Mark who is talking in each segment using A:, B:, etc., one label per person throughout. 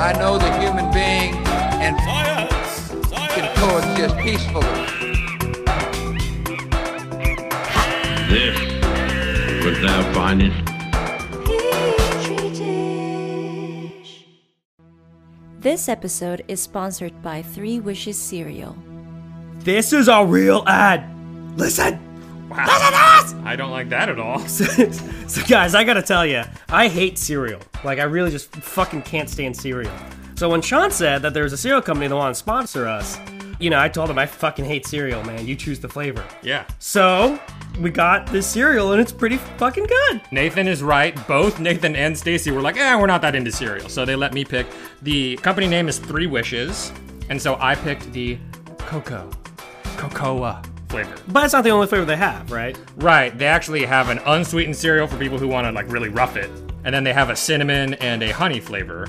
A: I know the human being and
B: Science!
A: can
B: Science!
A: coexist peacefully.
C: This was our finest
D: This episode is sponsored by Three Wishes Cereal.
E: This is a real ad. Listen. Wow. Listen
F: I don't like that at all.
E: to us. so, guys, I gotta tell you, I hate cereal. Like, I really just fucking can't stand cereal. So when Sean said that there was a cereal company that wanted to sponsor us, you know, I told him I fucking hate cereal, man. You choose the flavor.
F: Yeah.
E: So we got this cereal, and it's pretty fucking good.
F: Nathan is right. Both Nathan and Stacy were like, eh, we're not that into cereal. So they let me pick. The company name is Three Wishes. And so I picked the cocoa, cocoa flavor.
E: But it's not the only flavor they have, right?
F: Right. They actually have an unsweetened cereal for people who want to like really rough it. And then they have a cinnamon and a honey flavor.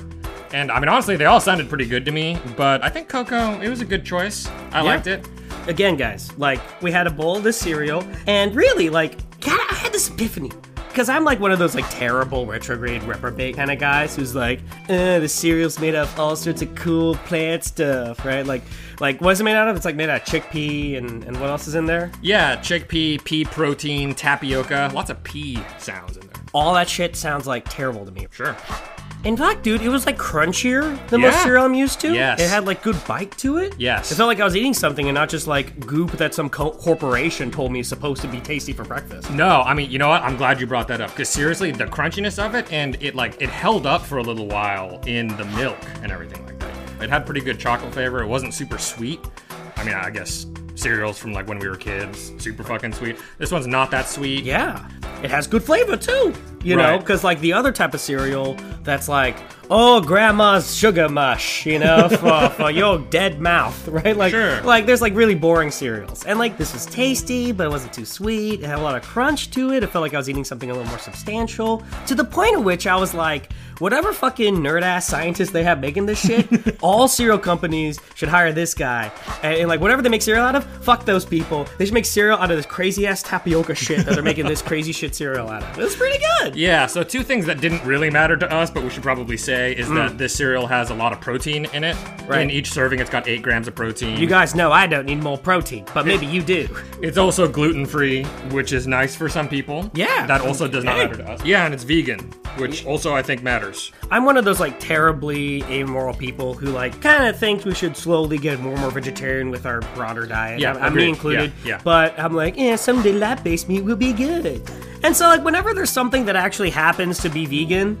F: And I mean, honestly, they all sounded pretty good to me, but I think cocoa, it was a good choice. I liked it.
E: again guys like we had a bowl of this cereal and really like God, i had this epiphany because i'm like one of those like terrible retrograde reprobate kind of guys who's like eh, the cereal's made out of all sorts of cool plant stuff right like like what's it made out of it's like made out of chickpea and and what else is in there
F: Yeah, chickpea, pea protein, tapioca, lots of pea sounds in there.
E: all that shit sounds like terrible to me
F: Sure.
E: in fact dude it was like crunchier than
F: Yeah.
E: most cereal i'm used to
F: Yes.
E: it had like good bite to it
F: Yes.
E: it felt like i was eating something and not just like goop that some co- corporation told me is supposed to be tasty for breakfast
F: No, I mean, you know what? I'm glad you brought that up because seriously, the crunchiness of it and it like it held up for a little while in the milk and everything like that. It had pretty good chocolate flavor. It wasn't super sweet. I mean, I guess cereals from like when we were kids, super fucking sweet. This one's not that sweet.
E: Yeah, it has good flavor too. You know, 'cause know,
F: Right.
E: because like the other type of cereal that's like, oh, grandma's sugar mush, you know, for, for your dead mouth, right? Like,
F: Sure.
E: like there's like really boring cereals, and like this was tasty, but it wasn't too sweet. It had a lot of crunch to it. It felt like I was eating something a little more substantial. To the point at which I was like, whatever fucking nerd ass scientist they have making this shit, all cereal companies should hire this guy. And, and, like whatever they make cereal out of, fuck those people. They should make cereal out of this crazy ass tapioca shit that they're making this crazy shit cereal out of. It's pretty good.
F: Yeah, so two things that didn't really matter to us, but we should probably say is that this cereal has a lot of protein in it.
E: Mm. Right.
F: In each serving, it's got eight grams of protein.
E: You guys know I don't need more protein, but maybe you do.
F: It's also gluten free, which is nice for some people.
E: Yeah.
F: That also does not
E: Hey.
F: matter to us. Yeah, and it's vegan, which also I think matters.
E: I'm one of those like terribly amoral people who like kind of thinks we should slowly get more and more vegetarian with our broader diet.
F: Yeah,
E: I'm me
F: agreed.
E: included.
F: Yeah, yeah.
E: But I'm like, yeah, someday lab-based meat will be good. And so like whenever there's something that actually happens to be vegan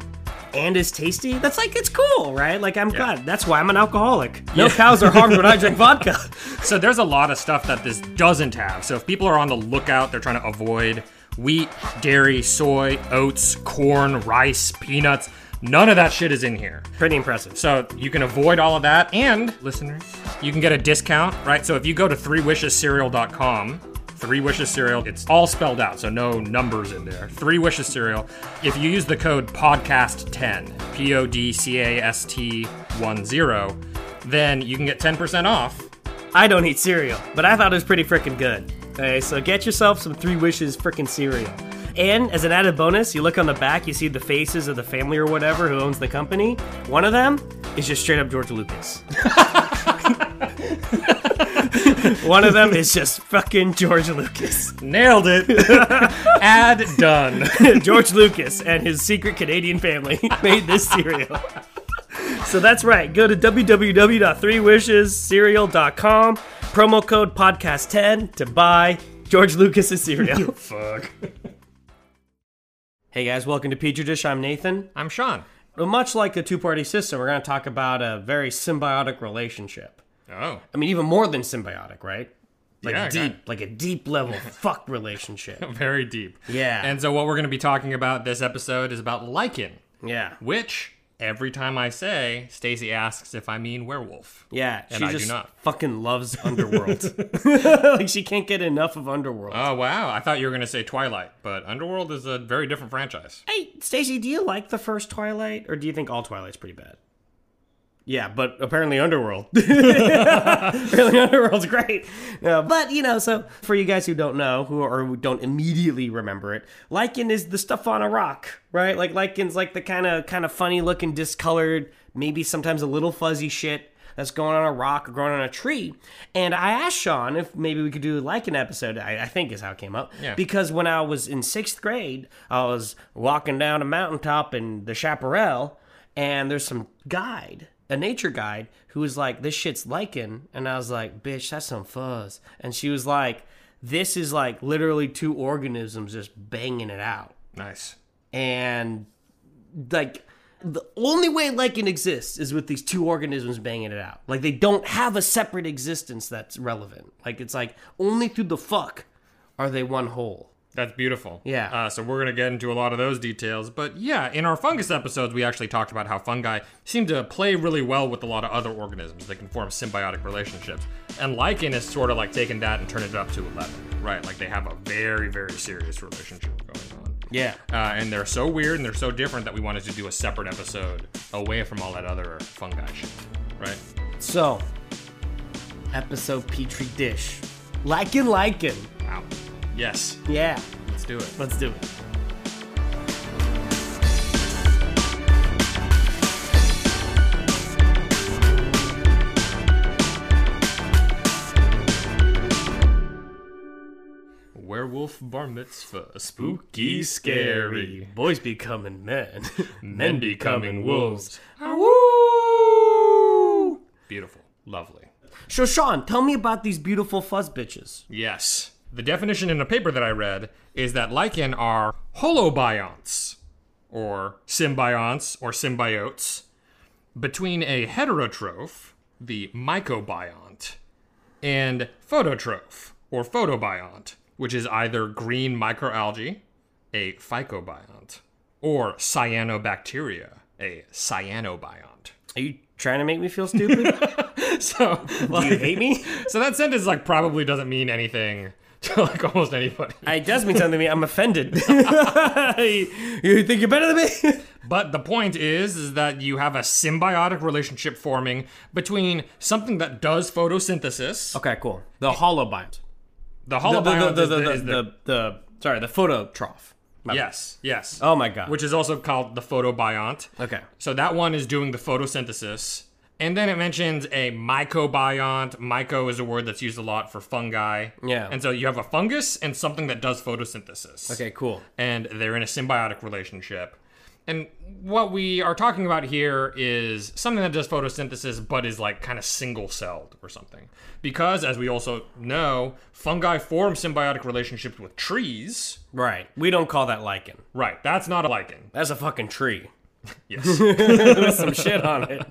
E: and is tasty, that's like it's cool, right? Like I'm glad. That's why I'm an alcoholic. No cows are harmed when I drink vodka.
F: So there's a lot of stuff that this doesn't have. So if people are on the lookout, they're trying to avoid wheat, dairy, soy, oats, corn, rice, peanuts. None of that shit is in here.
E: Pretty impressive.
F: So you can avoid all of that. And listeners, you can get a discount, right? So if you go to threewishescereal.com, Three Wishes Cereal, it's all spelled out, so no numbers in there. Three Wishes Cereal. If you use the code PODCAST10, P O D C A S T 1 0, then you can get 10% off.
E: I don't eat cereal, but I thought it was pretty freaking good. Okay, so get yourself some Three Wishes freaking cereal. And as an added bonus, you look on the back, you see the faces of the family or whatever who owns the company. One of them is just straight up George Lucas. One of them is just fucking George Lucas.
F: Nailed it. Ad done.
E: George Lucas and his secret Canadian family made this cereal. So that's right. Go to www.threewishescereal.com, promo code podcast10 to buy George Lucas's cereal.
F: Fuck.
E: hey guys, welcome to Petri Dish. I'm Nathan.
F: I'm Sean.
E: Well, Much like the two party system, we're going to talk about a very symbiotic relationship.
F: Oh.
E: I mean, even more than symbiotic, right? Like
F: Yeah, I got
E: deep, like a deep level fuck relationship.
F: Very deep.
E: Yeah.
F: And so what we're going to be talking about this episode is about lichen,
E: Yeah.
F: which Every time I say, Stacy asks if I mean werewolf.
E: Yeah,
F: And
E: she
F: I do
E: just
F: not.
E: fucking loves Underworld. like she can't get enough of Underworld.
F: Oh wow! I thought you were gonna say Twilight, but Underworld is a very different franchise.
E: hey, Stacy, do you like the first Twilight, or do you think all Twilight's pretty bad? Yeah, but apparently Underworld. apparently Underworld's great. No, but you know, so for you guys who don't know, who or who don't immediately remember it, Lycan is the stuff on a rock, right? Like Lycan's like the kind of kind of funny looking, discolored, maybe sometimes a little fuzzy shit that's going on a rock or growing on a tree. And I asked Sean if maybe we could do like an episode, I, I think is how it came up.
F: Yeah.
E: Because when I was in sixth grade, I was walking down a mountaintop in the chaparral, and there's some guide, a nature guide, who was like, This shit's lichen. And I was like, Bitch, that's some fuzz. And she was like, This is like literally two organisms just banging it out
F: Nice.
E: and like the only way lichen exists is with these two organisms banging it out. Like they don't have a separate existence that's relevant. Like it's like only through the fuck are they one whole.
F: That's beautiful.
E: Yeah.
F: Uh, so we're gonna get into a lot of those details, but yeah, in our fungus episodes, we actually talked about how fungi seem to play really well with a lot of other organisms. They can form symbiotic relationships, and lichen is sort of like taking that and turning it up to eleven, right? Like they have a very, very serious relationship going on.
E: Yeah.
F: Uh, and they're so weird and they're so different that we wanted to do a separate episode away from all that other fungi shit, right?
E: So, episode Petri dish, lichen, lichen.
F: Wow. Yes.
E: Yeah,
F: Let's do it.
E: let's do it.
F: Werewolf bar mitzvah, spooky, scary.
E: Boys becoming men,
F: Men becoming wolves.
E: Woo!
F: Beautiful. Lovely.
E: So Sean, tell me about these beautiful fuzz bitches.
F: Yes. The definition in a paper that I read is that lichen are holobionts, or symbionts, or symbiotes, between a heterotroph, the mycobiont, and phototroph, or photobiont, which is either green microalgae, a phycobiont, or cyanobacteria, a cyanobiont.
E: Are you trying to make me feel stupid?
F: So,
E: Do you hate me?
F: so that sentence like probably doesn't mean anything to like almost anybody.
E: Uh, It does mean something to me. I'm offended. you think you're better than me?
F: But the point is, is that you have a symbiotic relationship forming between something that does photosynthesis,
E: okay, cool. The holobiont.
F: the
E: Uh, The, the,
F: holobiont,
E: the,
F: is
E: the,
F: the-
E: the,
F: is the-
E: the, the- sorry, the photo trough. My bad.
F: yes, yes.
E: Oh my god.
F: which is also called the photobiont.
E: Okay.
F: So that one is doing the photosynthesis. And then it mentions a mycobiont. Myco is a word that's used a lot for fungi.
E: Yeah.
F: And so you have a fungus and something that does photosynthesis.
E: Okay, cool.
F: and they're in a symbiotic relationship. And what we are talking about here is something that does photosynthesis but is like kind of single celled or something. Because, as we also know, fungi form symbiotic relationships with trees.
E: Right. We don't call that lichen.
F: Right, that's not a lichen.
E: That's a fucking tree.
F: Yes.
E: With some shit on it.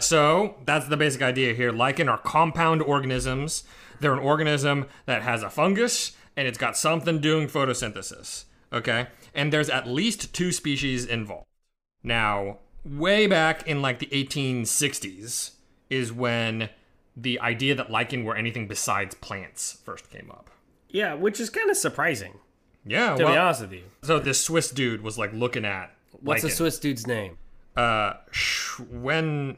F: So that's the basic idea here. Lichen are compound organisms. They're an organism that has a fungus and it's got something doing photosynthesis. Okay? And there's at least two species involved. Now, way back in like the 1860s is when the idea that lichen were anything besides plants first came up.
E: Yeah, which is kind of surprising,
F: Yeah,
E: to be
F: well,
E: honest with you.
F: so this Swiss dude was like looking at
E: What's the
F: lichen.
E: Swiss dude's name?
F: uh Schwen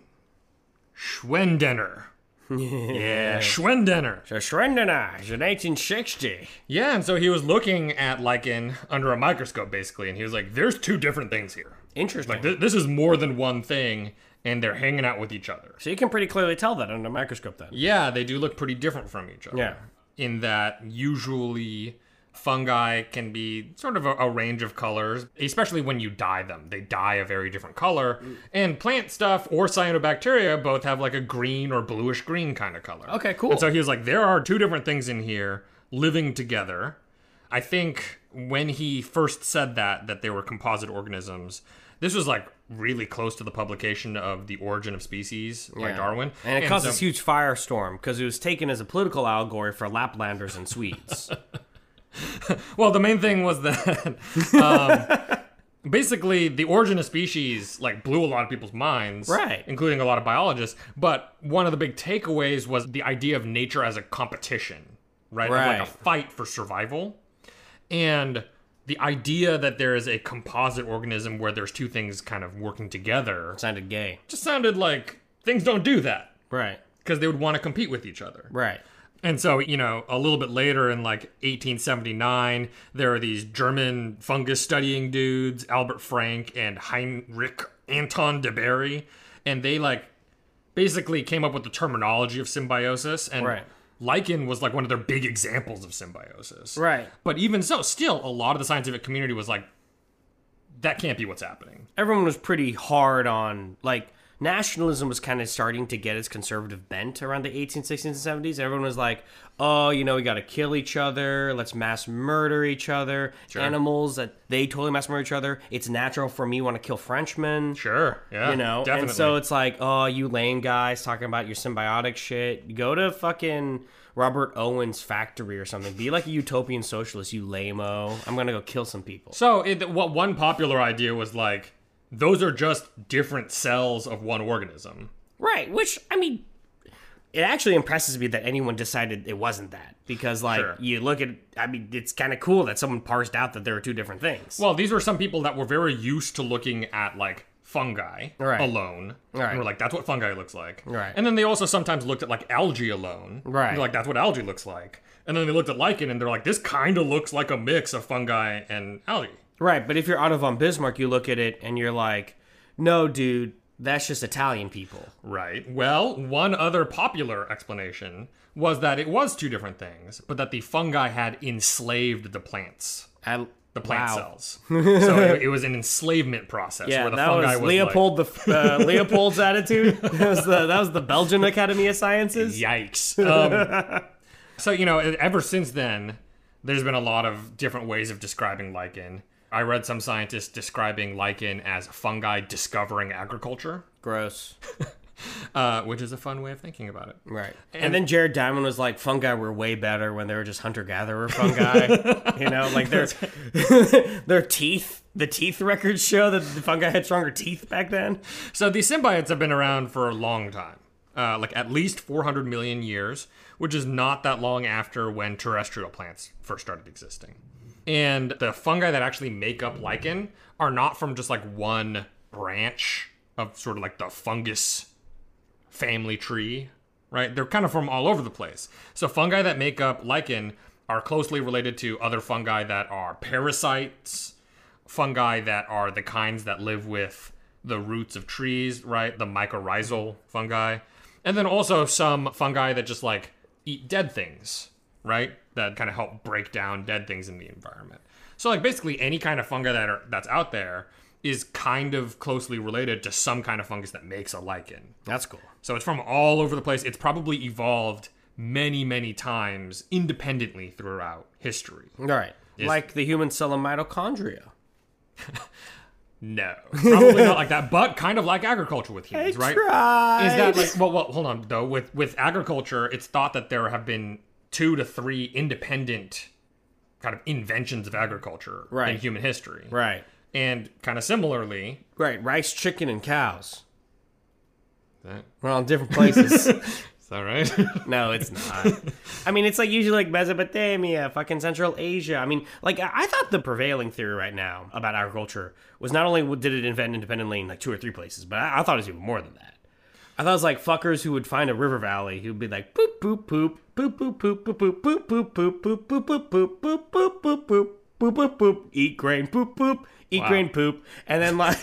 F: Schwendener. yeah, Schwendener.
E: So Schrendenage in 1860.
F: Yeah, and so he was looking at lichen under a microscope basically, and he was like, "There's two different things here.
E: Interesting.
F: Like th- this is more than one thing, and they're hanging out with each other."
E: so you can pretty clearly tell that under a microscope then.
F: Yeah, they do look pretty different from each other.
E: Yeah.
F: in that usually fungi can be sort of a, a range of colors, especially when you dye them. They dye a very different color.
E: Mm.
F: And plant stuff or cyanobacteria both have like a green or bluish green kind of color.
E: Okay, cool.
F: And so he was like, there are two different things in here living together. I think when he first said that, that they were composite organisms, this was like really close to the publication of The Origin of Species by
E: Yeah.
F: Darwin.
E: And it caused
F: so-
E: this huge firestorm because it was taken as a political allegory for Laplanders and Swedes.
F: Well, the main thing was that um, basically the origin of species like blew a lot of people's minds
E: Right.
F: including a lot of biologists but one of the big takeaways was the idea of nature as a competition right, Of,
E: Right.
F: like a fight for survival and the idea that there is a composite organism where there's two things kind of working together
E: Sounded gay.
F: just sounded like things don't do that
E: Right.
F: because they would want to compete with each other
E: Right.
F: and so, you know, a little bit later in like 1879, there are these German fungus studying dudes, Albert Frank and Heinrich Anton de Berry, and they like basically came up with the terminology of symbiosis and
E: Right.
F: lichen was like one of their big examples of symbiosis.
E: Right.
F: But even so, still a lot of the scientific community was like that can't be what's happening.
E: Everyone was pretty hard on like nationalism was kind of starting to get its conservative bent around the 1860s and 70s. Everyone was like, "Oh, you know, we got to kill each other. Let's mass murder each other. Animals that they totally mass murder each other. It's natural for me want to kill Frenchmen."
F: Sure. Yeah.
E: You know,
F: definitely.
E: and so it's like, oh, you lame guys talking about your symbiotic shit. Go to fucking Robert Owens' factory or something. Be like a utopian socialist, you lame-o. I'm gonna go kill some people.
F: So it, what one popular idea was like those are just different cells of one organism.
E: Right, which I mean, it actually impresses me that anyone decided it wasn't that because, like,
F: Sure.
E: you look at, I mean, it's kind of cool that someone parsed out that there are two different things.
F: Well, these were some people that were very used to looking at like fungi
E: Right.
F: alone.
E: Right.
F: And were like, that's what fungi looks like.
E: Right.
F: And then they also sometimes looked at like algae alone.
E: Right.
F: And they're like, that's what algae looks like. And then they looked at lichen and they're like, this kind of looks like a mix of fungi and algae.
E: right, but if you're Otto von Bismarck, you look at it and you're like, no, dude, that's just Italian people.
F: Right. Well, one other popular explanation was that it was two different things, but that the fungi had enslaved the plants.
E: I,
F: the plant
E: wow.
F: cells. so it, it was an enslavement process
E: Yeah,
F: where the
E: that
F: fungi
E: was,
F: was,
E: Leopold the uh, Leopold's attitude. That was the that was the Belgian Academy of Sciences.
F: Like, Yikes! Um, so you know, e, ever since then, there's been a lot of different ways of describing lichen. I read some scientists describing lichen as fungi discovering agriculture,
E: Gross.
F: uh, which is a fun way of thinking about it.
E: Right. And, then Jared Diamond was like, fungi were way better when they were just hunter gatherer fungi. you know, like their their teeth. The teeth records show that the fungi had stronger teeth back then.
F: So these symbiotes have been around for a long time, uh, like at least 400 million years, which is not that long after when terrestrial plants first started existing. And the fungi that actually make up lichen are not from just like one branch of sort of like the fungus family tree, right? They're kind of from all over the place. So fungi that make up lichen are closely related to other fungi that are parasites, fungi that are the kinds that live with the roots of trees, right? The mycorrhizal fungi. And then also some fungi that just like eat dead things, right? That kind of help break down dead things in the environment. So like basically any kind of fungi that are that's out there is kind of closely related to some kind of fungus that makes a lichen.
E: That's cool.
F: So it's from all over the place. It's probably evolved many, many times independently throughout history.
E: All right. like the human cell of mitochondria.
F: No, probably not like that, but kind of like agriculture with humans, right?
E: tried.
F: Is that like well, well, hold on though. With with agriculture, it's thought that there have been two to three independent kind of inventions of agriculture in
E: Right.
F: human history,
E: Right.
F: And kind of similarly,
E: Right. Rice, chicken, and cows.
F: that,
E: We're all in different places.
F: is that right?
E: No, it's not. I mean, it's like usually like Mesopotamia, fucking Central Asia. I mean, like I I thought the prevailing theory right now about agriculture was not only did it invent independently in like two or three places, but I, I thought it was even more than that. I thought it was like fuckers who would find a river valley who'd be like poop poop poop poop poop poop poop poop poop poop poop poop poop poop poop poop poop poop poop poop poop poop eat grain poop poop eat grain poop and then like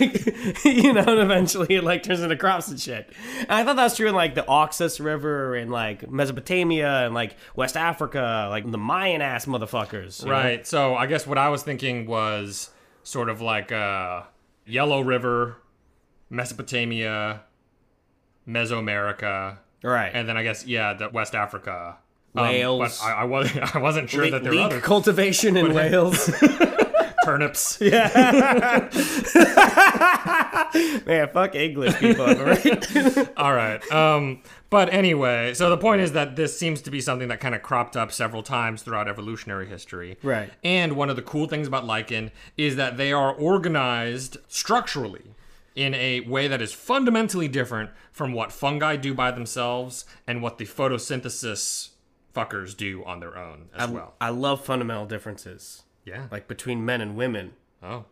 E: you know and eventually it like turns into crops and shit. And I thought that was true in like the Oxus River and like Mesopotamia and like West Africa, like the Mayan ass motherfuckers. you know?
F: Right. So I guess what I was thinking was sort of like uh, Yellow River, Mesopotamia, Mesoamerica,
E: Right.
F: and then I guess yeah, the West Africa, Um,
E: Wales.
F: but I, I was I wasn't sure
E: Le-
F: that there were
E: leek
F: other.
E: cultivation in Wales.
F: turnips.
E: Man, fuck English people, am I right?
F: All right. Um, but anyway, so the point is that this seems to be something that kind of cropped up several times throughout evolutionary history.
E: Right.
F: And one of the cool things about lichen is that they are organized structurally in a way that is fundamentally different from what fungi do by themselves and what the photosynthesis fuckers do on their own as well.
E: I love fundamental differences,
F: Yeah.
E: like between men and women.
F: Oh.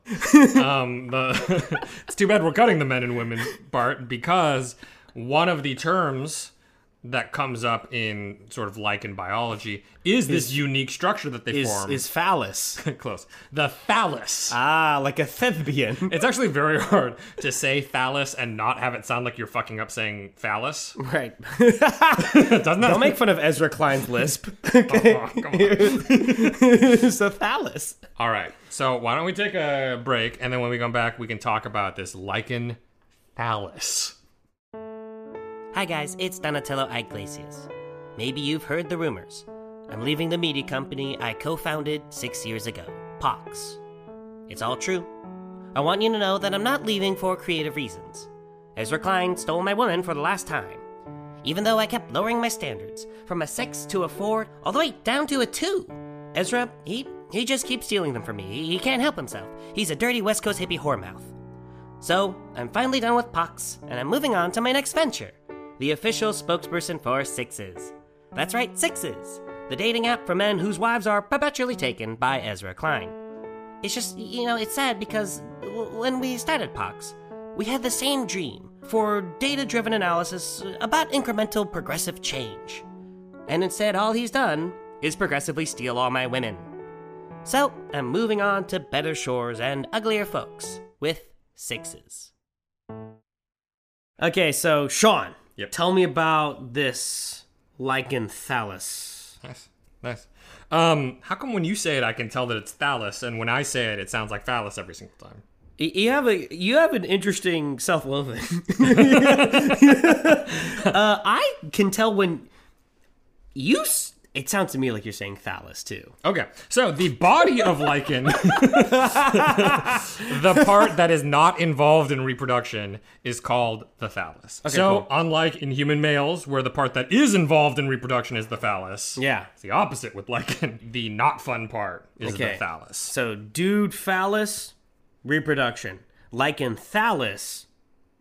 F: um, the it's too bad we're cutting the men and women part because one of the terms that comes up in sort of lichen biology is this unique structure that they
E: Is
F: form.
E: is phallus?
F: close. The phallus.
E: ah, like a thespian,
F: it's actually very hard to say phallus and not have it sound like you're fucking up saying phallus.
E: right?
F: Doesn't that
E: Don't make fun of Ezra Klein's lisp. Okay?
F: Oh, come on.
E: it's a phallus.
F: All right. So why don't we take a break and then when we come back we can talk about this lichen phallus.
E: Hi guys, it's Donatello Iglesias. Maybe you've heard the rumors. I'm leaving the media company I co founded six years ago, Pox. It's all true. I want you to know that I'm not leaving for creative reasons. Ezra Klein stole my woman for the last time. Even though I kept lowering my standards from a six to a four, all the way down to a two. Ezra, he, he just keeps stealing them from me. He, he can't help himself. He's a dirty West Coast hippie whoremouth. So, I'm finally done with Pox, and I'm moving on to my next venture the official spokesperson for Sixes. That's right, Sixes, the dating app for men whose wives are perpetually taken by Ezra Klein. It's just, you know, it's sad because w- when we started Pox, we had the same dream for data driven analysis about incremental progressive change. And instead, all he's done is progressively steal all my women. So, I'm moving on to better shores and uglier folks with sixes. Okay, so Sean,
F: Yep.
E: tell me about this lichenthallus.
F: Nice, nice. Um, how come when you say it, I can tell that it's thallus, and when I say it, it sounds like phallus every single time?
E: You have a you have an interesting self loathing. uh, I can tell when you. s- It sounds to me like you're saying thallus too.
F: Okay, so the body of lichen, the part that is not involved in reproduction, is called the thallus. so,
E: cool.
F: unlike in human males, where the part that is involved in reproduction is the phallus,
E: Yeah.
F: it's the opposite with lichen. The not fun part is
E: Okay.
F: the thallus.
E: So, dude, phallus, reproduction. Lichenthallus,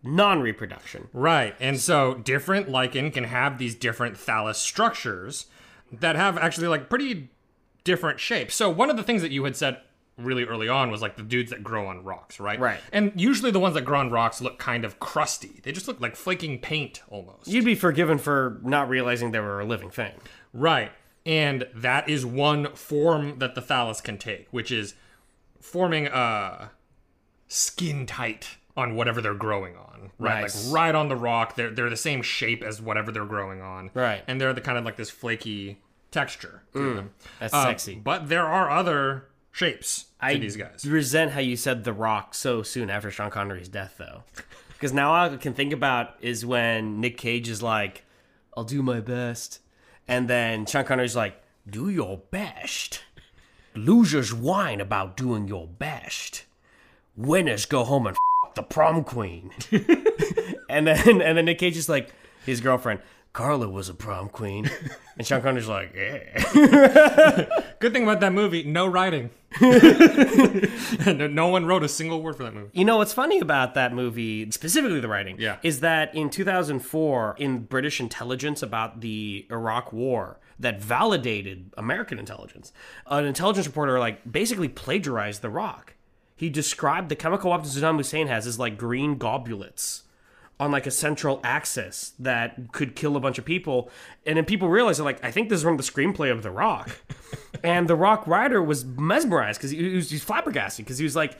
E: non-reproduction.
F: Right. And so different lichen can have these different thallus structures that have actually like pretty different shapes. So one of the things that you had said really early on was like the dudes that grow on rocks, right?
E: Right.
F: And usually the ones that grow on rocks look kind of crusty. They just look like flaking paint almost.
E: You'd be forgiven for not realizing they were a living thing.
F: Right. And that is one form that the thallus can take, which is forming a skin tight on whatever they're growing on. Right.
E: Nice.
F: Like right on the rock. They're they're the same shape as whatever they're growing on.
E: Right. Mm,
F: And they're the kind of like this flaky texture. to them.
E: That's
F: Uh,
E: sexy.
F: But there are other shapes to
E: I
F: these guys.
E: resent how you said The Rock so soon after Sean Connery's death, though. Because now all I can think about is when Nick Cage is like, I'll do my best. And then Sean Connery's like, Do your best. Losers whine about doing your best. Winners go home and f the prom queen. and then and then Nick Cage is like, his girlfriend, Carla was a prom queen. And Sean Connery's like, eh.
F: Good thing about that movie, no writing. no, no one wrote a single word for that movie.
E: You know what's funny about that movie, specifically the writing,
F: Yeah.
E: is that in 2004, in British intelligence about the Iraq War that validated American intelligence, an intelligence reporter like basically plagiarized The Rock. He described the chemical weapons Saddam Hussein has as like green globulets on like a central axis that could kill a bunch of people. And then people realized, like, I think this is from the screenplay of The Rock. and The Rock writer was mesmerized because he, he was he's flabbergasted because he was like,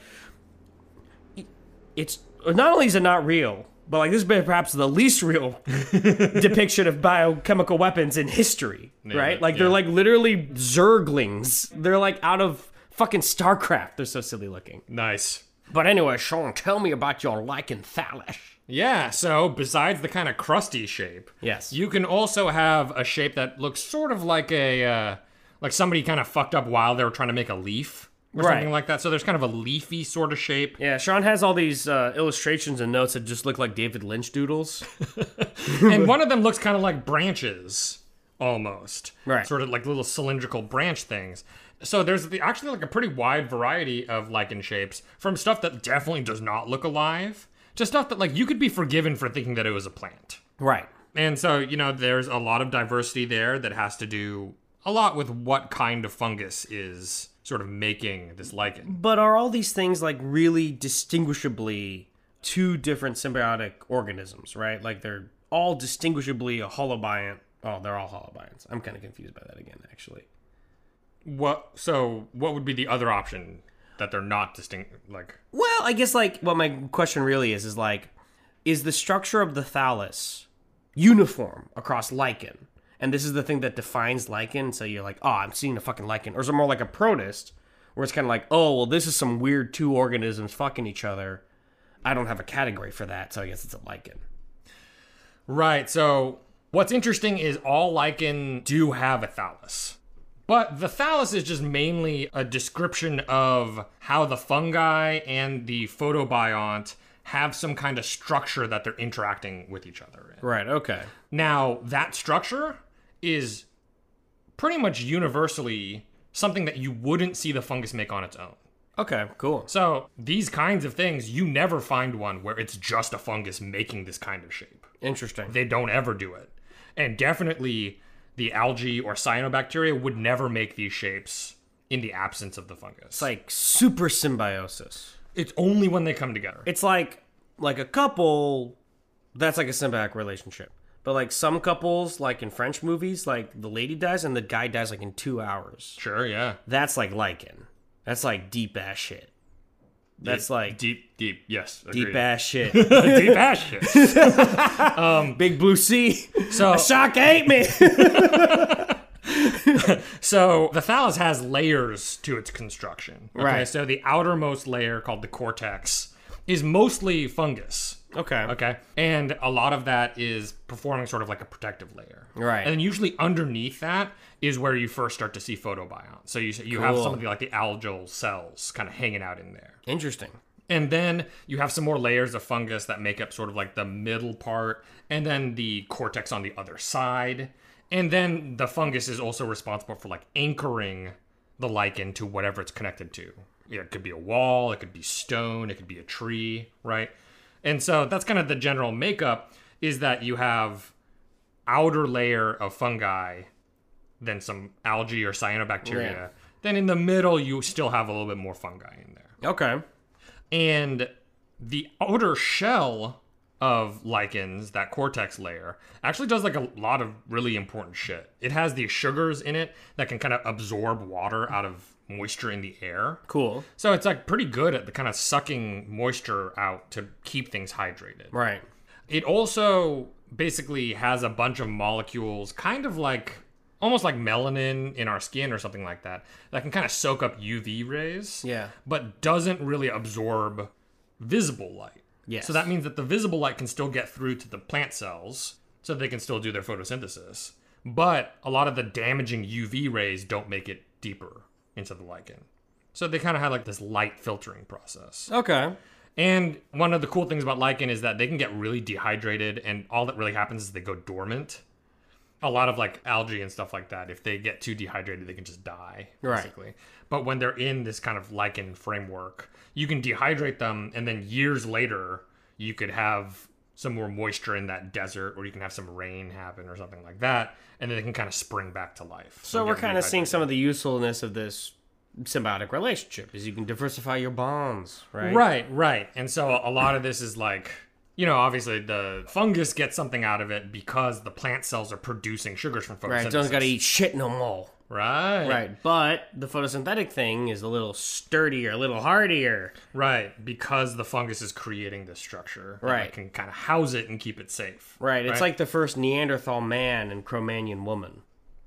E: it's not only is it not real, but like this is perhaps the least real depiction of biochemical weapons in history, right? Like they're
F: yeah.
E: like literally zerglings. They're like out of fucking StarCraft. They're so silly looking.
F: Nice.
E: But anyway, Sean, tell me about your lichen thallus.
F: Yeah, so besides the kind of crusty shape,
E: Yes.
F: you can also have a shape that looks sort of like a uh, like somebody kind of fucked up while they were trying to make a leaf. or
E: Right.
F: something like that. So there's kind of a leafy sort of shape.
E: Yeah, Sean has all these uh, illustrations and notes that just look like David Lynch doodles.
F: and one of them looks kind of like branches almost
E: Right.
F: sort of like little cylindrical branch things so there's the, actually like a pretty wide variety of lichen shapes from stuff that definitely does not look alive to stuff that like you could be forgiven for thinking that it was a plant
E: right.
F: and so you know there's a lot of diversity there that has to do a lot with what kind of fungus is sort of making this lichen
E: But are all these things like really distinguishably two different symbiotic organisms, right? Like they're all distinguishably a holobiont. Oh, they're all holobionts. I'm kind of confused by that again, actually.
F: what so what would be the other option that they're not distinct like
E: Well, I guess like what my question really is is like, is the structure of the thallus uniform across lichen? And this is the thing that defines lichen. So you're like, oh, I'm seeing a fucking lichen. Or is it more like a protist where it's kind of like, oh, well, this is some weird two organisms fucking each other. I don't have a category for that. So I guess it's a lichen.
F: Right. So what's interesting is all lichen do have a thallus. But the thallus is just mainly a description of how the fungi and the photobiont have some kind of structure that they're interacting with each other in.
E: Right. Okay.
F: Now, that structure is pretty much universally something that you wouldn't see the fungus make on its own.
E: Okay. Cool.
F: So, these kinds of things, you never find one where it's just a fungus making this kind of shape
E: Interesting.
F: they don't ever do it. And definitely the algae or cyanobacteria would never make these shapes in the absence of the fungus.
E: It's like super symbiosis.
F: It's only when they come together.
E: It's like like a couple that's like a symbiotic relationship. But like some couples, like in French movies, like the lady dies and the guy dies like in two hours.
F: sure, yeah.
E: That's like lichen. That's like deep ass shit. That's like deep,
F: Deep, deep, yes.
E: ass shit.
F: deep Um, ass shit.
E: Big blue sea.
F: So,
E: Shock ate me.
F: so the thallus has layers to its construction. Okay,
E: Right.
F: So the outermost layer called the cortex is mostly fungus.
E: okay.
F: Okay. And a lot of that is performing sort of like a protective layer.
E: Right.
F: And then usually underneath that is where you first start to see photobiont. So you you have some of the like the algal cells kind of hanging out in there.
E: Interesting.
F: And then you have some more layers of fungus that make up sort of like the middle part and then the cortex on the other side. And then the fungus is also responsible for like anchoring the lichen to whatever it's connected to. Yeah, It could be a wall, it could be stone, it could be a tree, right? And so that's kind of the general makeup is that you have outer layer of fungi, then some algae or cyanobacteria.
E: Yeah.
F: Then in the middle you still have a little bit more fungi in there
E: Okay.
F: and the outer shell of lichens that cortex layer actually does like a lot of really important shit it has these sugars in it that can kind of absorb water out of moisture in the air
E: Cool.
F: so it's like pretty good at the kind of sucking moisture out to keep things hydrated
E: Right.
F: it also basically has a bunch of molecules, kind of like almost like melanin in our skin or something like that, that can kind of soak up UV rays.
E: Yeah.
F: But doesn't really absorb visible light.
E: Yes.
F: So that means that the visible light can still get through to the plant cells so they can still do their photosynthesis. But a lot of the damaging UV rays don't make it deeper into the lichen. So they kind of have like this light filtering process.
E: Okay.
F: And one of the cool things about lichen is that they can get really dehydrated, and all that really happens is they go dormant. A lot of like algae and stuff like that, if they get too dehydrated, they can just die,
E: Right.
F: basically. But when they're in this kind of lichen framework, you can dehydrate them, and then years later, you could have some more moisture in that desert, or you can have some rain happen or something like that, and then they can kind of spring back to life.
E: So
F: and
E: we're
F: get
E: kind of seeing
F: rehydrated.
E: some of the usefulness of this symbiotic relationship is you can diversify your bonds, right?
F: Right, right. And so a lot of this is like, you know, obviously the fungus gets something out of it because the plant cells are producing sugars from photosynthesis.
E: Right. Don't gotta eat shit no more.
F: Right,
E: Right, but the photosynthetic thing is a little sturdier, a little hardier.
F: right. Because the fungus is creating this structure. that, like,
E: Right.
F: can kind of house it and keep it safe.
E: Right, it's like the first Neanderthal man and Cro-Magnon woman.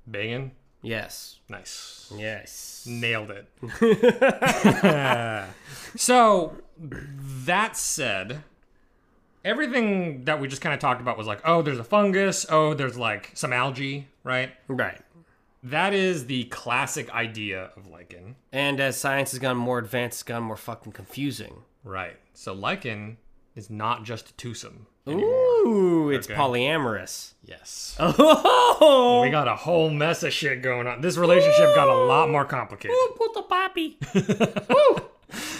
F: banging.
E: Yes.
F: Nice.
E: Yes.
F: Nailed it. so, that said, everything that we just kind of talked about was like, oh, there's a fungus. Oh, there's like some algae, right?
E: Right.
F: That is the classic idea of lichen.
E: And as science has gotten more advanced, it's gotten more fucking confusing.
F: Right. So lichen is not just a twosome.
E: Ooh, it's
F: Okay.
E: polyamorous.
F: Yes.
E: Oh,
F: We got a whole mess of shit going on. This relationship got a lot more complicated.
E: put the poppy.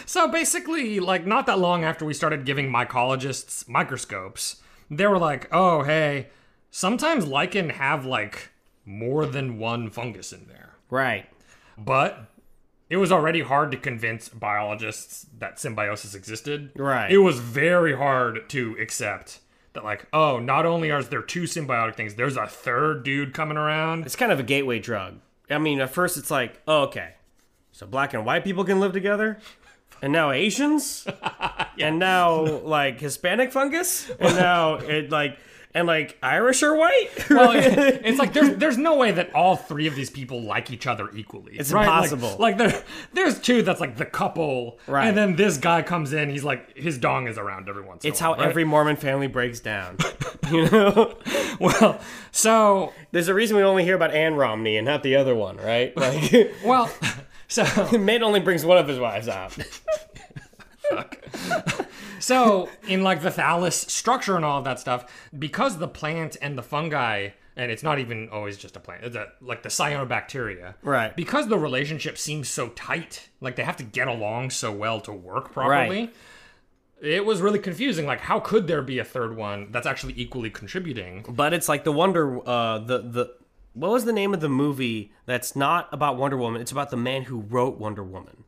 F: So basically, like not that long after we started giving mycologists microscopes, they were like, "Oh, hey, sometimes lichen have like more than one fungus in there."
E: Right.
F: But it was already hard to convince biologists that symbiosis existed.
E: Right.
F: It was very hard to accept that like, "Oh, not only are there two symbiotic things, there's a third dude coming around."
E: It's kind of a gateway drug. I mean, at first it's like, oh, okay, so black and white people can live together, and now Asians, and now like Hispanic fungus, and now it like and like Irish or white.
F: Well, it's, it's like there's there's no way that all three of these people like each other equally.
E: It's
F: right? Like-
E: impossible.
F: Like, there there's two that's like the couple,
E: Right.
F: And then this guy comes in, he's like his dong is around every once. in
E: It's
F: a while,
E: how
F: right?
E: every Mormon family breaks down. you know,
F: well. So
E: there's a reason we only hear about Ann Romney and not the other one, right? Like,
F: well, so
E: Mitt only brings one of his wives out.
F: So, in like the thallus structure and all of that stuff, because the plant and the fungi, and it's not even always just a plant, it's a- like the cyanobacteria.
E: Right.
F: Because the relationship seems so tight, like they have to get along so well to work properly. It was really confusing. Like, how could there be a third one that's actually equally contributing?
E: But it's like the Wonder uh the the what was the name of the movie that's not about Wonder Woman? It's about the man who wrote Wonder Woman.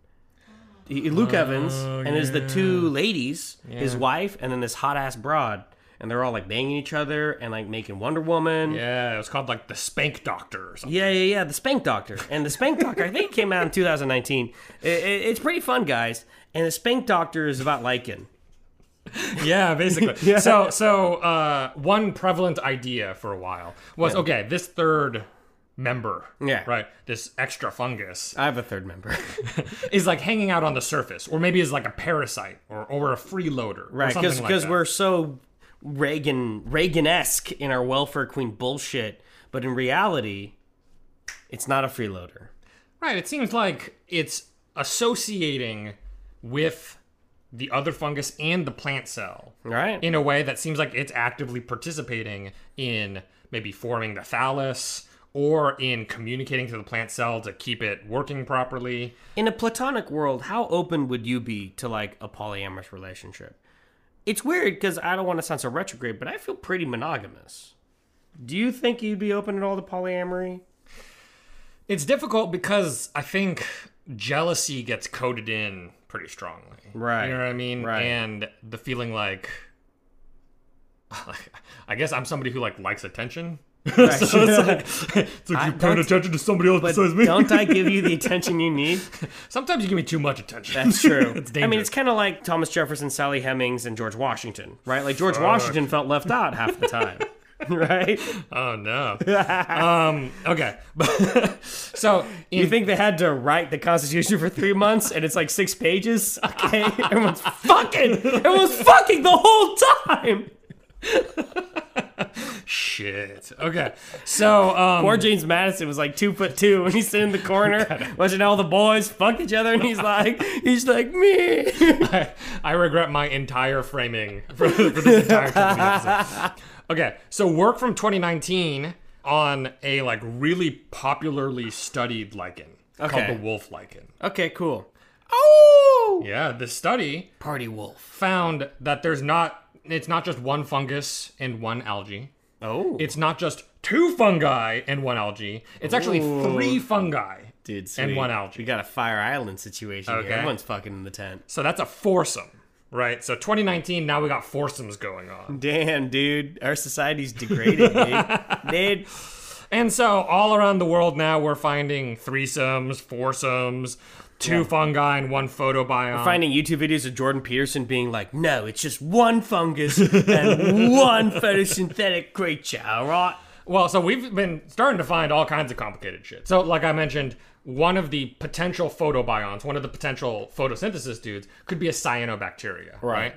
E: He- Luke Evans and there's the two ladies, his wife and then this hot ass broad, and they're all like banging each other and like making Wonder Woman.
F: Yeah, Uh, it was called like the Spank Doctor or something.
E: Yeah, yeah, yeah. The Spank Doctor. And the Spank Doctor, I think, came out in 2019. I- I- it's pretty fun, guys. And the Spank Doctor is about lichen.
F: Yeah, basically. So, so uh, one prevalent idea for a while was okay, this third member,
E: Yeah. Uh,
F: right, this extra fungus
E: I have a third member.
F: is like hanging out on the surface, or maybe is like a parasite or or a freeloader,
E: Right, because
F: Because
E: because we're so Reagan Reagan esque in our welfare queen bullshit, but in reality, it's not a freeloader.
F: right. It seems like it's associating with the other fungus and the plant cell
E: Right.
F: in a way that seems like it's actively participating in maybe forming the thallus or in communicating to the plant cell to keep it working properly.
E: in a platonic world, how open would you be to like a polyamorous relationship? It's weird because I don't want to sound so retrograde, but I feel pretty monogamous. Do you think you'd be open at all to polyamory?
F: It's difficult because I think jealousy gets coded in pretty strongly.
E: Right.
F: You know what I mean?
E: Right.
F: And the feeling like I guess I'm somebody who like likes attention. so it's like, it's like
E: I-
F: you're paying
E: don't-
F: attention to somebody else
E: But
F: besides me.
E: don't I give you the attention you need?
F: Sometimes you give me too much attention.
E: That's true.
F: it's
E: I mean, it's
F: dangerous.
E: kind of like Thomas Jefferson, Sally Hemings, and George Washington, right? Like George Washington felt left out half the time, right?
F: oh no. um. Okay. so in,
E: You think they had to write the Constitution for three months, and it's like six pages? Okay, everyone's fucking, everyone's fucking the whole time.
F: shit. Okay. So um.
E: Poor James Madison was like two foot two, and he's sitting in the corner watching all the boys fuck each other, and he's like, he's like me.
F: I, I regret my entire framing for, for this entire company episode. Okay, so work from 2019 on a like really popularly studied lichen
E: Okay.
F: called the wolf lichen.
E: okay, cool. Oh,
F: Yeah, this study
E: party wolf.
F: found that there's not it's not just one fungus and one algae.
E: Oh,
F: It's not just two fungi and one algae. It's actually three fungi.
E: dude,
F: sweet. one algae.
E: We got a Fire Island situation.
F: Okay.
E: Here. Everyone's fucking in the tent.
F: So that's a foursome, right? So 2019, now we got foursomes going on.
E: Damn, dude, our society's degraded, dude. dude.
F: And so, all around the world now, we're finding threesomes, foursomes, two fungi, and one photobiome.
E: Finding YouTube videos of Jordan Peterson being like, "No, it's just one fungus and one photosynthetic creature." All right.
F: well, so we've been starting to find all kinds of complicated shit. So, like I mentioned, one of the potential photobionts, one of the potential photosynthesis dudes, could be a cyanobacteria, right?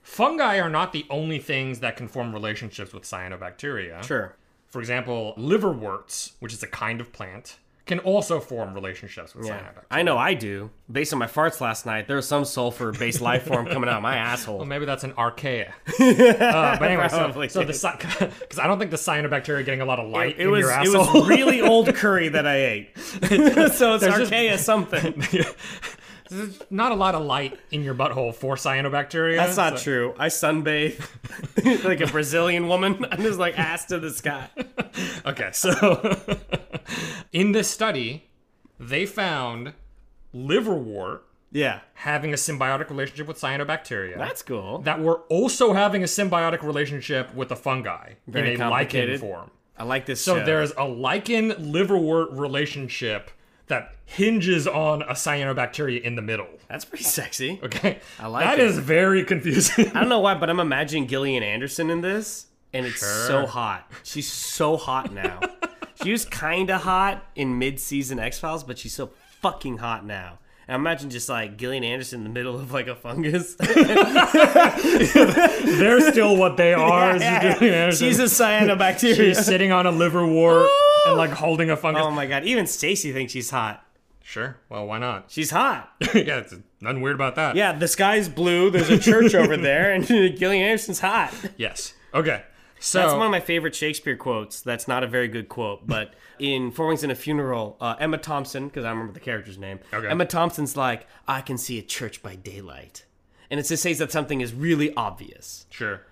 F: Fungi are not the only things that can form relationships with cyanobacteria.
E: Sure.
F: For example, liverworts, which is a kind of plant, can also form relationships with
E: Yeah.
F: cyanobacteria.
E: I know I do. Based on my farts last night, there was some sulfur-based life form coming out of my asshole.
F: Well, maybe that's an archaea. uh, but anyway, so,
E: Probably
F: so the
E: is.
F: because I don't think the cyanobacteria are getting a lot of light
E: it
F: in
E: was
F: your
E: it
F: asshole.
E: was really old curry that I ate. so it's
F: There's just-
E: archaea something.
F: There's not a lot of light in your butthole for cyanobacteria.
E: That's not
F: so-
E: true. I sunbathe like a Brazilian woman. I'm just like ass to the sky.
F: Okay, so in this study, they found liverwort
E: Yeah,
F: having a symbiotic relationship with cyanobacteria.
E: that's cool.
F: that were also having a symbiotic relationship with a fungi
E: Very
F: in a lichen
E: complicated.
F: form.
E: I like this.
F: So
E: show.
F: there's a lichen liverwort relationship that hinges on a cyanobacteria in the middle.
E: that's pretty sexy.
F: Okay. I
E: like
F: That
E: it.
F: is very confusing.
E: I don't know why, but I'm imagining Gillian Anderson in this, and it's
F: Sure.
E: so hot. She's so hot now. she was kind of hot in mid-season X Files, but she's so fucking hot now. And I imagine just like Gillian Anderson in the middle of like a fungus.
F: They're still what they are. is Gillian Anderson.
E: she's a cyanobacteria.
F: She's sitting on a liverwort and like holding a fungus.
E: oh my god! Even Stacy thinks she's hot.
F: sure. Well, why not?
E: She's hot.
F: yeah, it's nothing weird about that.
E: Yeah, the sky's blue. There's a church over there, and Gillian Anderson's hot.
F: Yes. Okay. So
E: That's one of my favorite Shakespeare quotes. That's not a very good quote, but in Four Wings and a Funeral, uh, Emma Thompson, because I remember the character's name,
F: Okay.
E: Emma Thompson's like, I can see a church by daylight. And it just says that something is really obvious.
F: sure.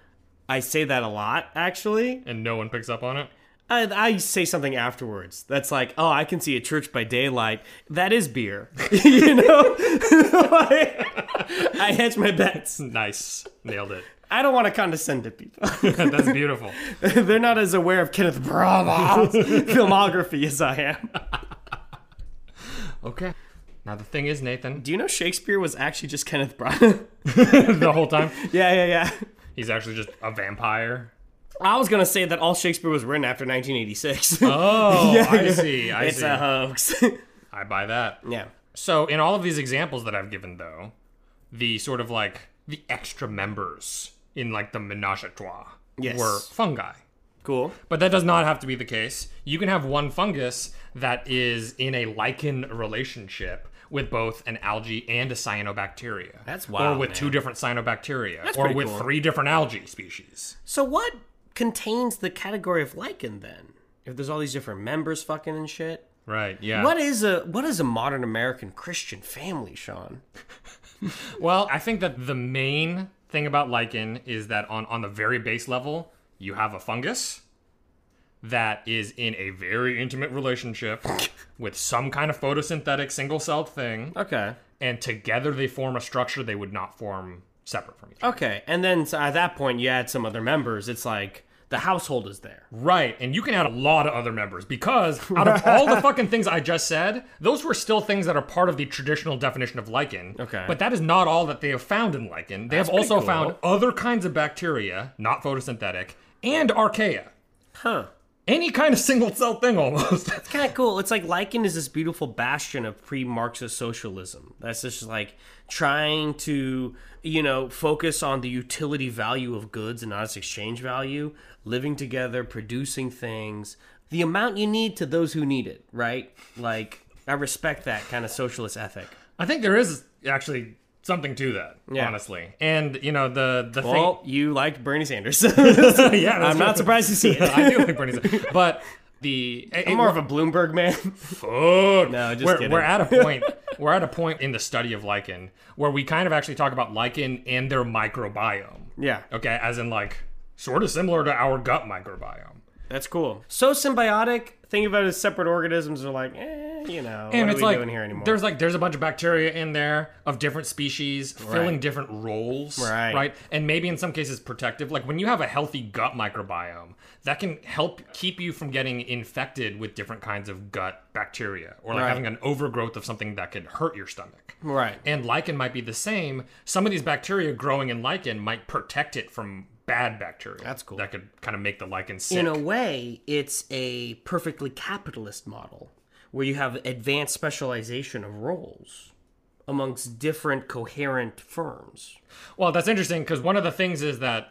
E: I say that a lot, actually.
F: And no one picks up on it.
E: I, I say something afterwards that's like, oh, I can see a church by daylight. That is beer. you know? I hedge my bets.
F: Nice. Nailed it.
E: I don't want to condescend to people.
F: That's beautiful.
E: They're not as aware of Kenneth Branagh's filmography as I am.
F: Okay. Now the thing is, Nathan,
E: Do you know Shakespeare was actually just Kenneth Branagh?
F: the whole time
E: yeah, yeah, yeah.
F: he's actually just a vampire.
E: I was gonna say that all Shakespeare was written after 1986.
F: Oh, I
E: yeah.
F: see. I
E: it's
F: see.
E: a hoax.
F: I buy that.
E: yeah.
F: So, in all of these examples that I've given, though, the sort of like the extra members in like the menage a trois
E: Yes.
F: were fungi.
E: Cool.
F: But that does not have to be the case. You can have one fungus that is in a lichen relationship with both an algae and a cyanobacteria.
E: That's
F: Or
E: wild,
F: with
E: man.
F: two different cyanobacteria. or
E: pretty
F: with
E: cool.
F: three different algae species.
E: So what contains the category of lichen then? If there's all these different members fucking and shit.
F: Right, yeah.
E: What is a what is a modern American Christian family, Sean?
F: Well, I think that the main thing about lichen is that on, on the very base level, you have a fungus that is in a very intimate relationship with some kind of photosynthetic single celled thing,
E: Okay.
F: and together they form a structure they would not form separate from each other.
E: Okay. And then so at that point you add some other members. It's like the household is there.
F: Right, and you can add a lot of other members because out of all the fucking things I just said, those were still things that are part of the traditional definition of lichen.
E: Okay.
F: But that is not all that they have found in lichen. They
E: That's
F: have
E: pretty
F: also
E: cool.
F: found other kinds of bacteria, not photosynthetic, and archaea.
E: Huh.
F: Any kind of single cell thing almost.
E: kind of cool. It's like Lycan is this beautiful bastion of pre-Marxist socialism. That's just like trying to, you know, focus on the utility value of goods and not its exchange value, living together, producing things, the amount you need to those who need it, right? Like I respect that kind of socialist ethic.
F: I think there is actually something to that,
E: Yeah.
F: honestly. And you know, the the
E: Well, you liked Bernie Sanders.
F: thing Yeah, that's
E: I'm not
F: right.
E: surprised to see it.
F: I do like Bernie Sanders. But the it-
E: I'm
F: it-
E: more of a Bloomberg man.
F: Fuck.
E: No, just
F: we're,
E: kidding.
F: we're at a point. we're at a point in the study of lichen where we kind of actually talk about lichen and their microbiome.
E: Yeah.
F: Okay, as in like sort of similar to our gut microbiome.
E: That's cool. So symbiotic. Think about it as separate organisms are like, eh, you know,
F: and
E: what are we
F: it's like
E: doing here anymore?
F: there's like there's a bunch of bacteria in there of different species filling different roles,
E: Right.
F: Right, and maybe in some cases protective. Like when you have a healthy gut microbiome, that can help keep you from getting infected with different kinds of gut bacteria, or like
E: Right.
F: having an overgrowth of something that could hurt your stomach.
E: Right.
F: And lichen might be the same. Some of these bacteria growing in lichen might protect it from bad bacteria.
E: That's cool.
F: That could kind of make the lichen sick.
E: In a way, it's a perfectly capitalist model where you have advanced specialization of roles amongst different coherent firms.
F: Well, that's interesting because one of the things is that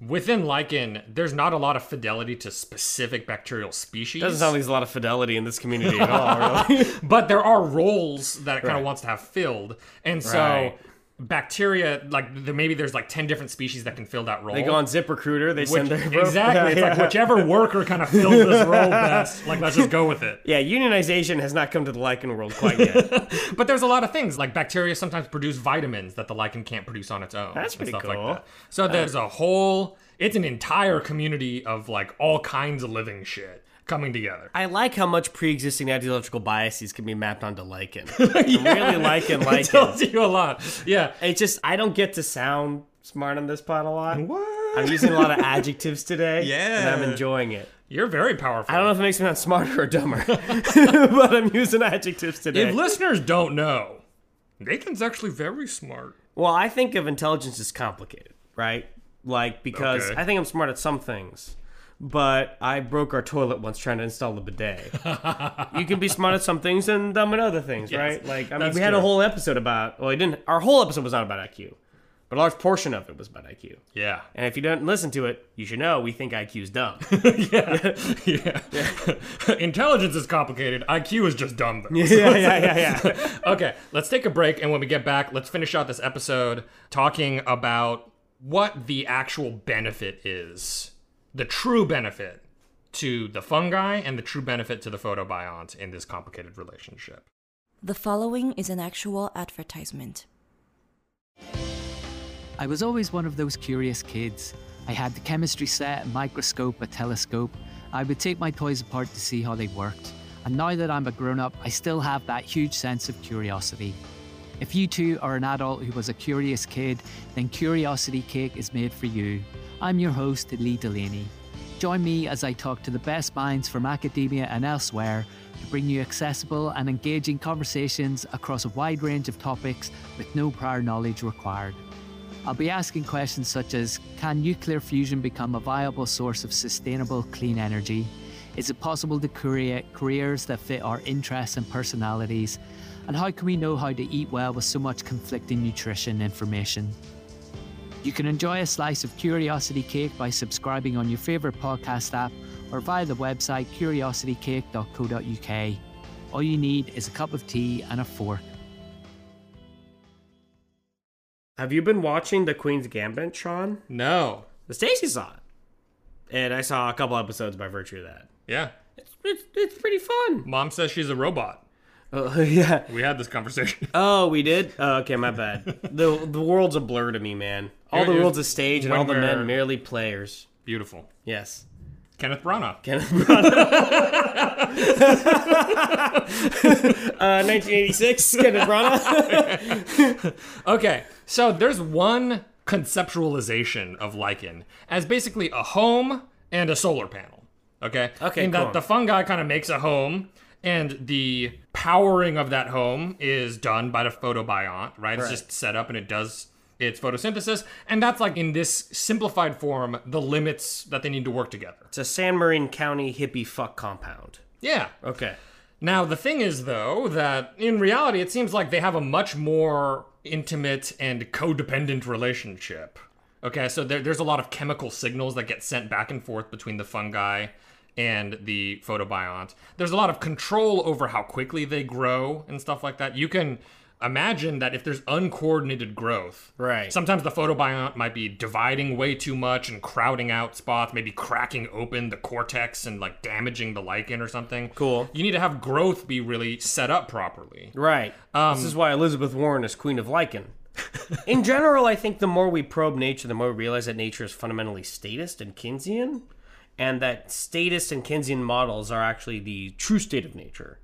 F: Within lichen, there's not a lot of fidelity to specific bacterial species.
E: Doesn't sound like there's a lot of fidelity in this community at all, really.
F: but there are roles that it kind of
E: Right.
F: wants to have filled, and so
E: Right.
F: bacteria like there, maybe there's like ten different species that can fill that role.
E: they go on ZipRecruiter, they
F: Which-
E: send their
F: exactly. It's
E: Yeah,
F: like whichever worker kind of fills this role best. Like let's just go with it.
E: yeah. Yeah, unionization has not come to the lichen world quite yet.
F: But there's a lot of things like bacteria sometimes produce vitamins that the lichen can't produce on its own.
E: That's
F: and
E: pretty
F: stuff
E: cool.
F: Like that. So there's a whole, it's an entire community of like all kinds of living shit coming together.
E: I like how much pre-existing ideological biases can be mapped onto lichen. I'm really liking
F: It
E: lichen.
F: tells you a lot. Yeah.
E: It's just I don't get to sound smart on this pod a lot. I'm using a lot of adjectives today.
G: Yeah.
E: And I'm enjoying it.
F: You're very powerful.
E: I don't know if it makes me sound smarter or dumber, but I'm using adjectives today.
F: If listeners don't know, Nathan's actually very smart.
E: well, I think of intelligence as complicated, right? Like, because
F: Okay.
E: I think I'm smart at some things, but I broke our toilet once trying to install the bidet. you can be smart at some things and dumb at other things, right? Like, I mean,
F: that's
E: we had a
F: true.
E: whole episode about, well, we didn't, our whole episode was not about IQ, but a large portion of it was about IQ.
F: Yeah.
E: And if you don't listen to it, you should know we think IQ's dumb.
F: yeah. yeah. Intelligence is complicated. IQ is just dumb, though.
E: yeah, yeah, yeah, yeah.
F: okay, let's take a break, and when we get back, let's finish out this episode talking about what the actual benefit is, the true benefit to the fungi and the true benefit to the photobiont in this complicated relationship.
D: The following is an actual advertisement.
H: I was always one of those curious kids. I had the chemistry set, a microscope, a telescope. I would take my toys apart to see how they worked. And now that I'm a grown up, I still have that huge sense of curiosity. If you too are an adult who was a curious kid, then Curiosity Cake is made for you. I'm your host, Lee Delaney. Join me as I talk to the best minds from academia and elsewhere to bring you accessible and engaging conversations across a wide range of topics with no prior knowledge required. I'll be asking questions such as Can nuclear fusion become a viable source of sustainable clean energy? Is it possible to create careers that fit our interests and personalities? And how can we know how to eat well with so much conflicting nutrition information? You can enjoy a slice of Curiosity Cake by subscribing on your favourite podcast app or via the website curiositycake.co.uk. All you need is a cup of tea and a fork.
E: Have you been watching The Queen's Gambit, Sean?
F: No.
E: Stacy saw it, and I saw a couple episodes by virtue of that.
F: Yeah.
E: It's, it's pretty fun.
F: Mom says she's a robot.
E: Oh yeah.
F: We had this conversation.
E: Oh, we did. Oh, okay, my bad. the The world's a blur to me, man. All the
F: Here it
E: world's a
F: is.
E: stage, and
F: When
E: all the men
F: we're-
E: merely players.
F: Beautiful.
E: Yes.
F: Kenneth Branagh.
E: Kenneth Branagh. uh, 1986. Kenneth Branagh.
F: Okay, so there's one conceptualization of lichen as basically a home and a solar panel. Okay.
E: Okay,
F: In
E: cool.
F: that the fungi kind of makes a home, and the powering of that home is done by the photobiont. Right. It's just set up and it does its photosynthesis, and that's like in this simplified form the limits that they need to work together.
E: It's a San Marin County hippie fuck compound.
F: Yeah.
E: Okay.
F: Now, the thing is, though, that in reality, it seems like they have a much more intimate and codependent relationship. Okay, so there, there's a lot of chemical signals that get sent back and forth between the fungi and the photobiont. There's a lot of control over how quickly they grow and stuff like that. You can imagine that if there's uncoordinated growth,
E: Right.
F: Sometimes the photobiont might be dividing way too much and crowding out spots, maybe cracking open the cortex and like damaging the lichen or something.
E: Cool.
F: You need to have growth be really set up properly.
E: Right. this is why Elizabeth Warren is Queen of Lichen. In general, I think the more we probe nature, the more we realize that nature is fundamentally statist and Keynesian, and that statist and Keynesian models are actually the true state of nature,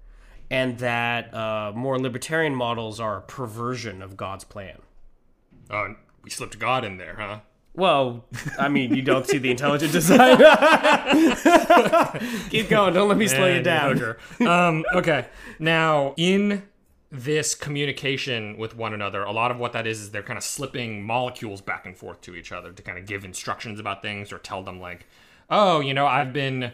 E: and that uh, more libertarian models are a perversion of God's plan.
F: Oh, we slipped God in there, huh?
E: Well, I mean, you don't see the intelligent design. Keep going. Don't let me slow you
F: And
E: down.
F: Joker. um, okay. Now, in this communication with one another, a lot of what that is is they're kind of slipping molecules back and forth to each other to kind of give instructions about things or tell them, like, oh, you know, I've been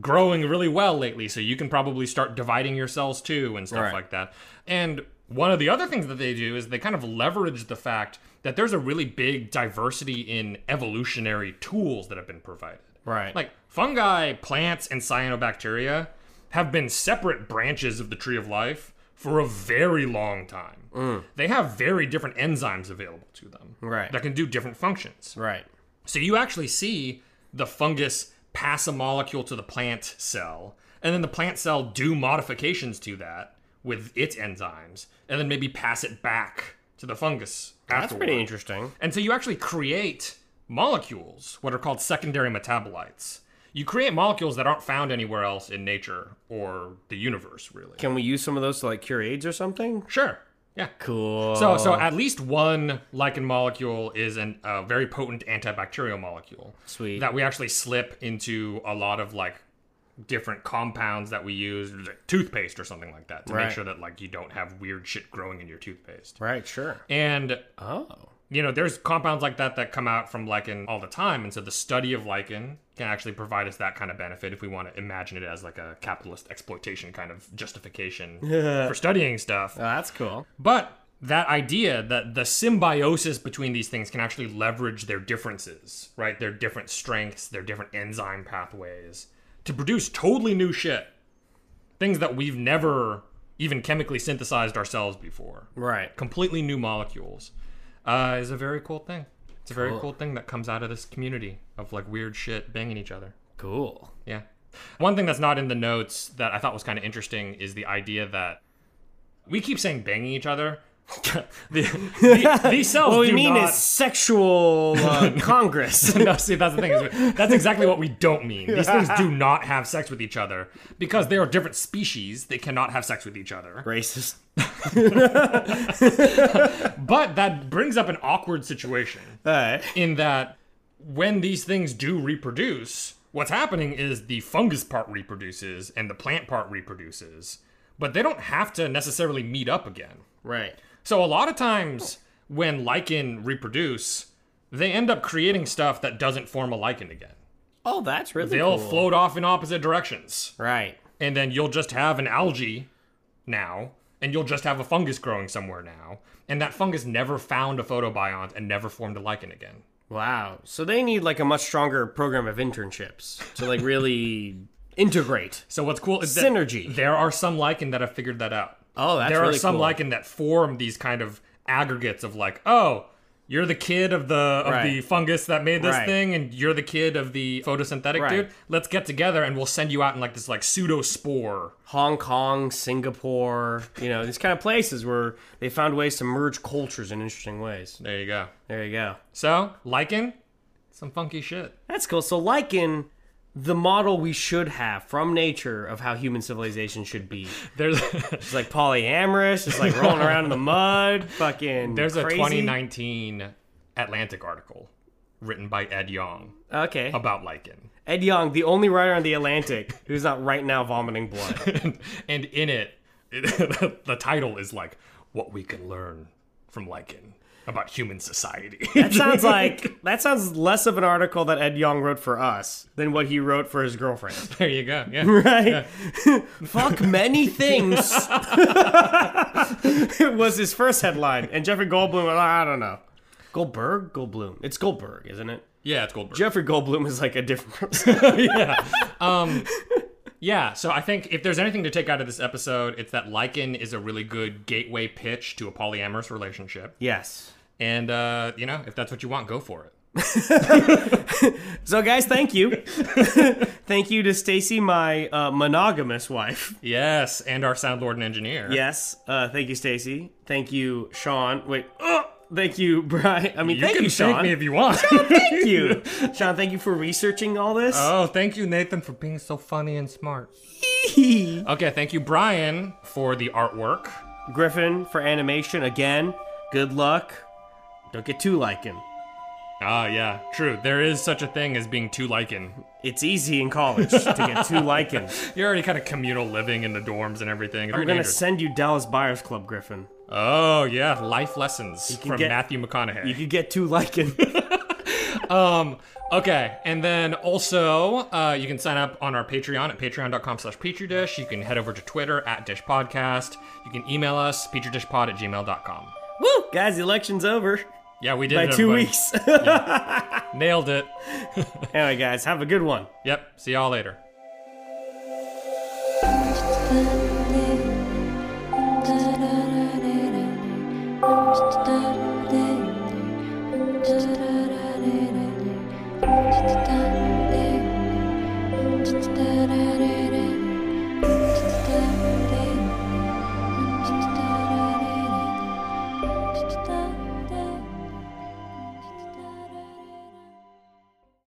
F: growing really well lately, so you can probably start dividing your cells too and stuff
E: Right.
F: like that. And One of the other things that they do is they kind of leverage the fact that there's a really big diversity in evolutionary tools that have been provided.
E: Right.
F: Like fungi, plants, and cyanobacteria have been separate branches of the tree of life for a very long time. They have very different enzymes available to them.
E: Mm. Right.
F: That can do different functions.
E: Right.
F: So you actually see the fungus pass a molecule to the plant cell, and then the plant cell do modifications to that with its enzymes, and then maybe pass it back to the fungus.
E: That's
F: afterward.
E: pretty interesting.
F: And so you actually create molecules, what are called secondary metabolites. You create molecules that aren't found anywhere else in nature or the universe, really.
E: Can we use some of those to like cure AIDS or something?
F: Sure. Yeah.
E: Cool.
F: So, so at least one lichen molecule is an, a very potent antibacterial molecule.
E: Sweet.
F: That we actually slip into a lot of like different compounds that we use, like toothpaste or something like that, to
E: Right.
F: make sure that like you don't have weird shit growing in your toothpaste.
E: Right. Sure.
F: And
E: Oh.
F: you know, there's compounds like that that come out from lichen all the time, and so the study of lichen can actually provide us that kind of benefit if we want to imagine it as like a capitalist exploitation kind of justification for studying stuff.
E: Oh, that's cool.
F: But that idea that the symbiosis between these things can actually leverage their differences, right? Their different strengths, their different enzyme pathways to produce totally new shit. Things that we've never even chemically synthesized ourselves before.
E: Right.
F: Completely new molecules uh, is a very cool thing. It's a very cool thing that comes out of this community of like weird shit banging each other.
E: Cool.
F: Yeah. One thing that's not in the notes that I thought was kind of interesting is the idea that we keep saying banging each other. the, the, these cells
E: What we
F: do
E: mean
F: not.
E: is sexual uh, congress.
F: no, see, that's the thing. is That's exactly what we don't mean. These things do not have sex with each other because they are different species. They cannot have sex with each other.
E: Racist.
F: But that brings up an awkward situation
E: All right.
F: in that when these things do reproduce, what's happening is the fungus part reproduces and the plant part reproduces, but they don't have to necessarily meet up again.
E: Right.
F: So a lot of times when lichen reproduce, they end up creating stuff that doesn't form a lichen again.
E: Oh, that's really
F: They'll
E: cool.
F: float off in opposite directions,
E: Right.
F: and then you'll just have an algae now, and you'll just have a fungus growing somewhere now, and that fungus never found a photobiont and never formed a lichen again.
E: Wow. So they need like a much stronger program of internships to like really integrate.
F: So what's cool is that
E: Synergy.
F: There are some lichen that have figured that out.
E: Oh, that's
F: there
E: really
F: are some
E: cool.
F: lichen that form these kind of aggregates of like, oh, you're the kid of the of
E: Right.
F: the fungus that made this
E: Right.
F: thing, and you're the kid of the photosynthetic
E: Right.
F: dude. Let's get together and we'll send you out in like this like pseudo spore.
E: Hong Kong, Singapore, you know, these kind of places where they found ways to merge cultures in interesting ways.
F: There you go.
E: There you go.
F: So lichen, some funky shit.
E: That's cool. So lichen, the model we should have from nature of how human civilization should be.
F: There's
E: It's like polyamorous, it's like rolling around in the mud, fucking
F: there's a
E: crazy.
F: 2019 Atlantic article written by Ed Yong
E: Okay.
F: about lichen.
E: Ed Young, the only writer on the Atlantic who's not right now vomiting blood.
F: and, and in it, it- the title is like what we can learn from lichen about human society
E: That sounds like that sounds less of an article that Ed Young wrote for us than what he wrote for his girlfriend.
F: there you go yeah
E: Right? Fuck many things. it was his first headline, and Jeffrey Goldblum. well, I don't know. Goldberg, Goldblum. It's Goldberg, isn't it?
F: yeah it's goldberg
E: Jeffrey Goldblum is like a different person.
F: yeah so i think if there's anything to take out of this episode it's that lichen is a really good gateway pitch to a polyamorous relationship
E: yes.
F: and uh, you know if that's what you want go for it
E: So, guys, thank you. thank you to Stacy, my uh, monogamous wife.
F: yes and our sound lord and engineer
E: Yes. Uh, thank you, Stacy. Thank you, Sean. Wait. Oh, thank you, Brian. I mean,
F: you
E: thank
F: can
E: you,
F: thank
E: Sean.
F: me if you want
E: thank you, Sean. Thank you for researching all this.
F: oh thank you nathan for being so funny and smart okay thank you brian for the artwork
E: Griffin for animation again. Good luck. Don't get too lichen.
F: Ah, yeah, true. There is such a thing as being too lichen.
E: It's easy in college to get too lichen.
F: You're already kind of communal living in the dorms and everything. It's
E: I'm
F: very
E: gonna
F: dangerous.
E: send you Dallas Buyers Club, Griffin.
F: oh, yeah, life lessons
E: can
F: from
E: get-
F: Matthew
E: You
F: McConaughey.
E: could get too lichen.
F: Um, okay, and then also uh, you can sign up on our Patreon at patreon.com slash petri-dish. You can head over to Twitter at Dish Podcast. You can email us, petridishpod at gmail.com.
E: Woo! Guys, the election's over
F: Yeah, we did
E: by
F: it,
E: two
F: everybody.
E: weeks.
F: Nailed it.
E: anyway, guys, have a good one.
F: Yep, see y'all later.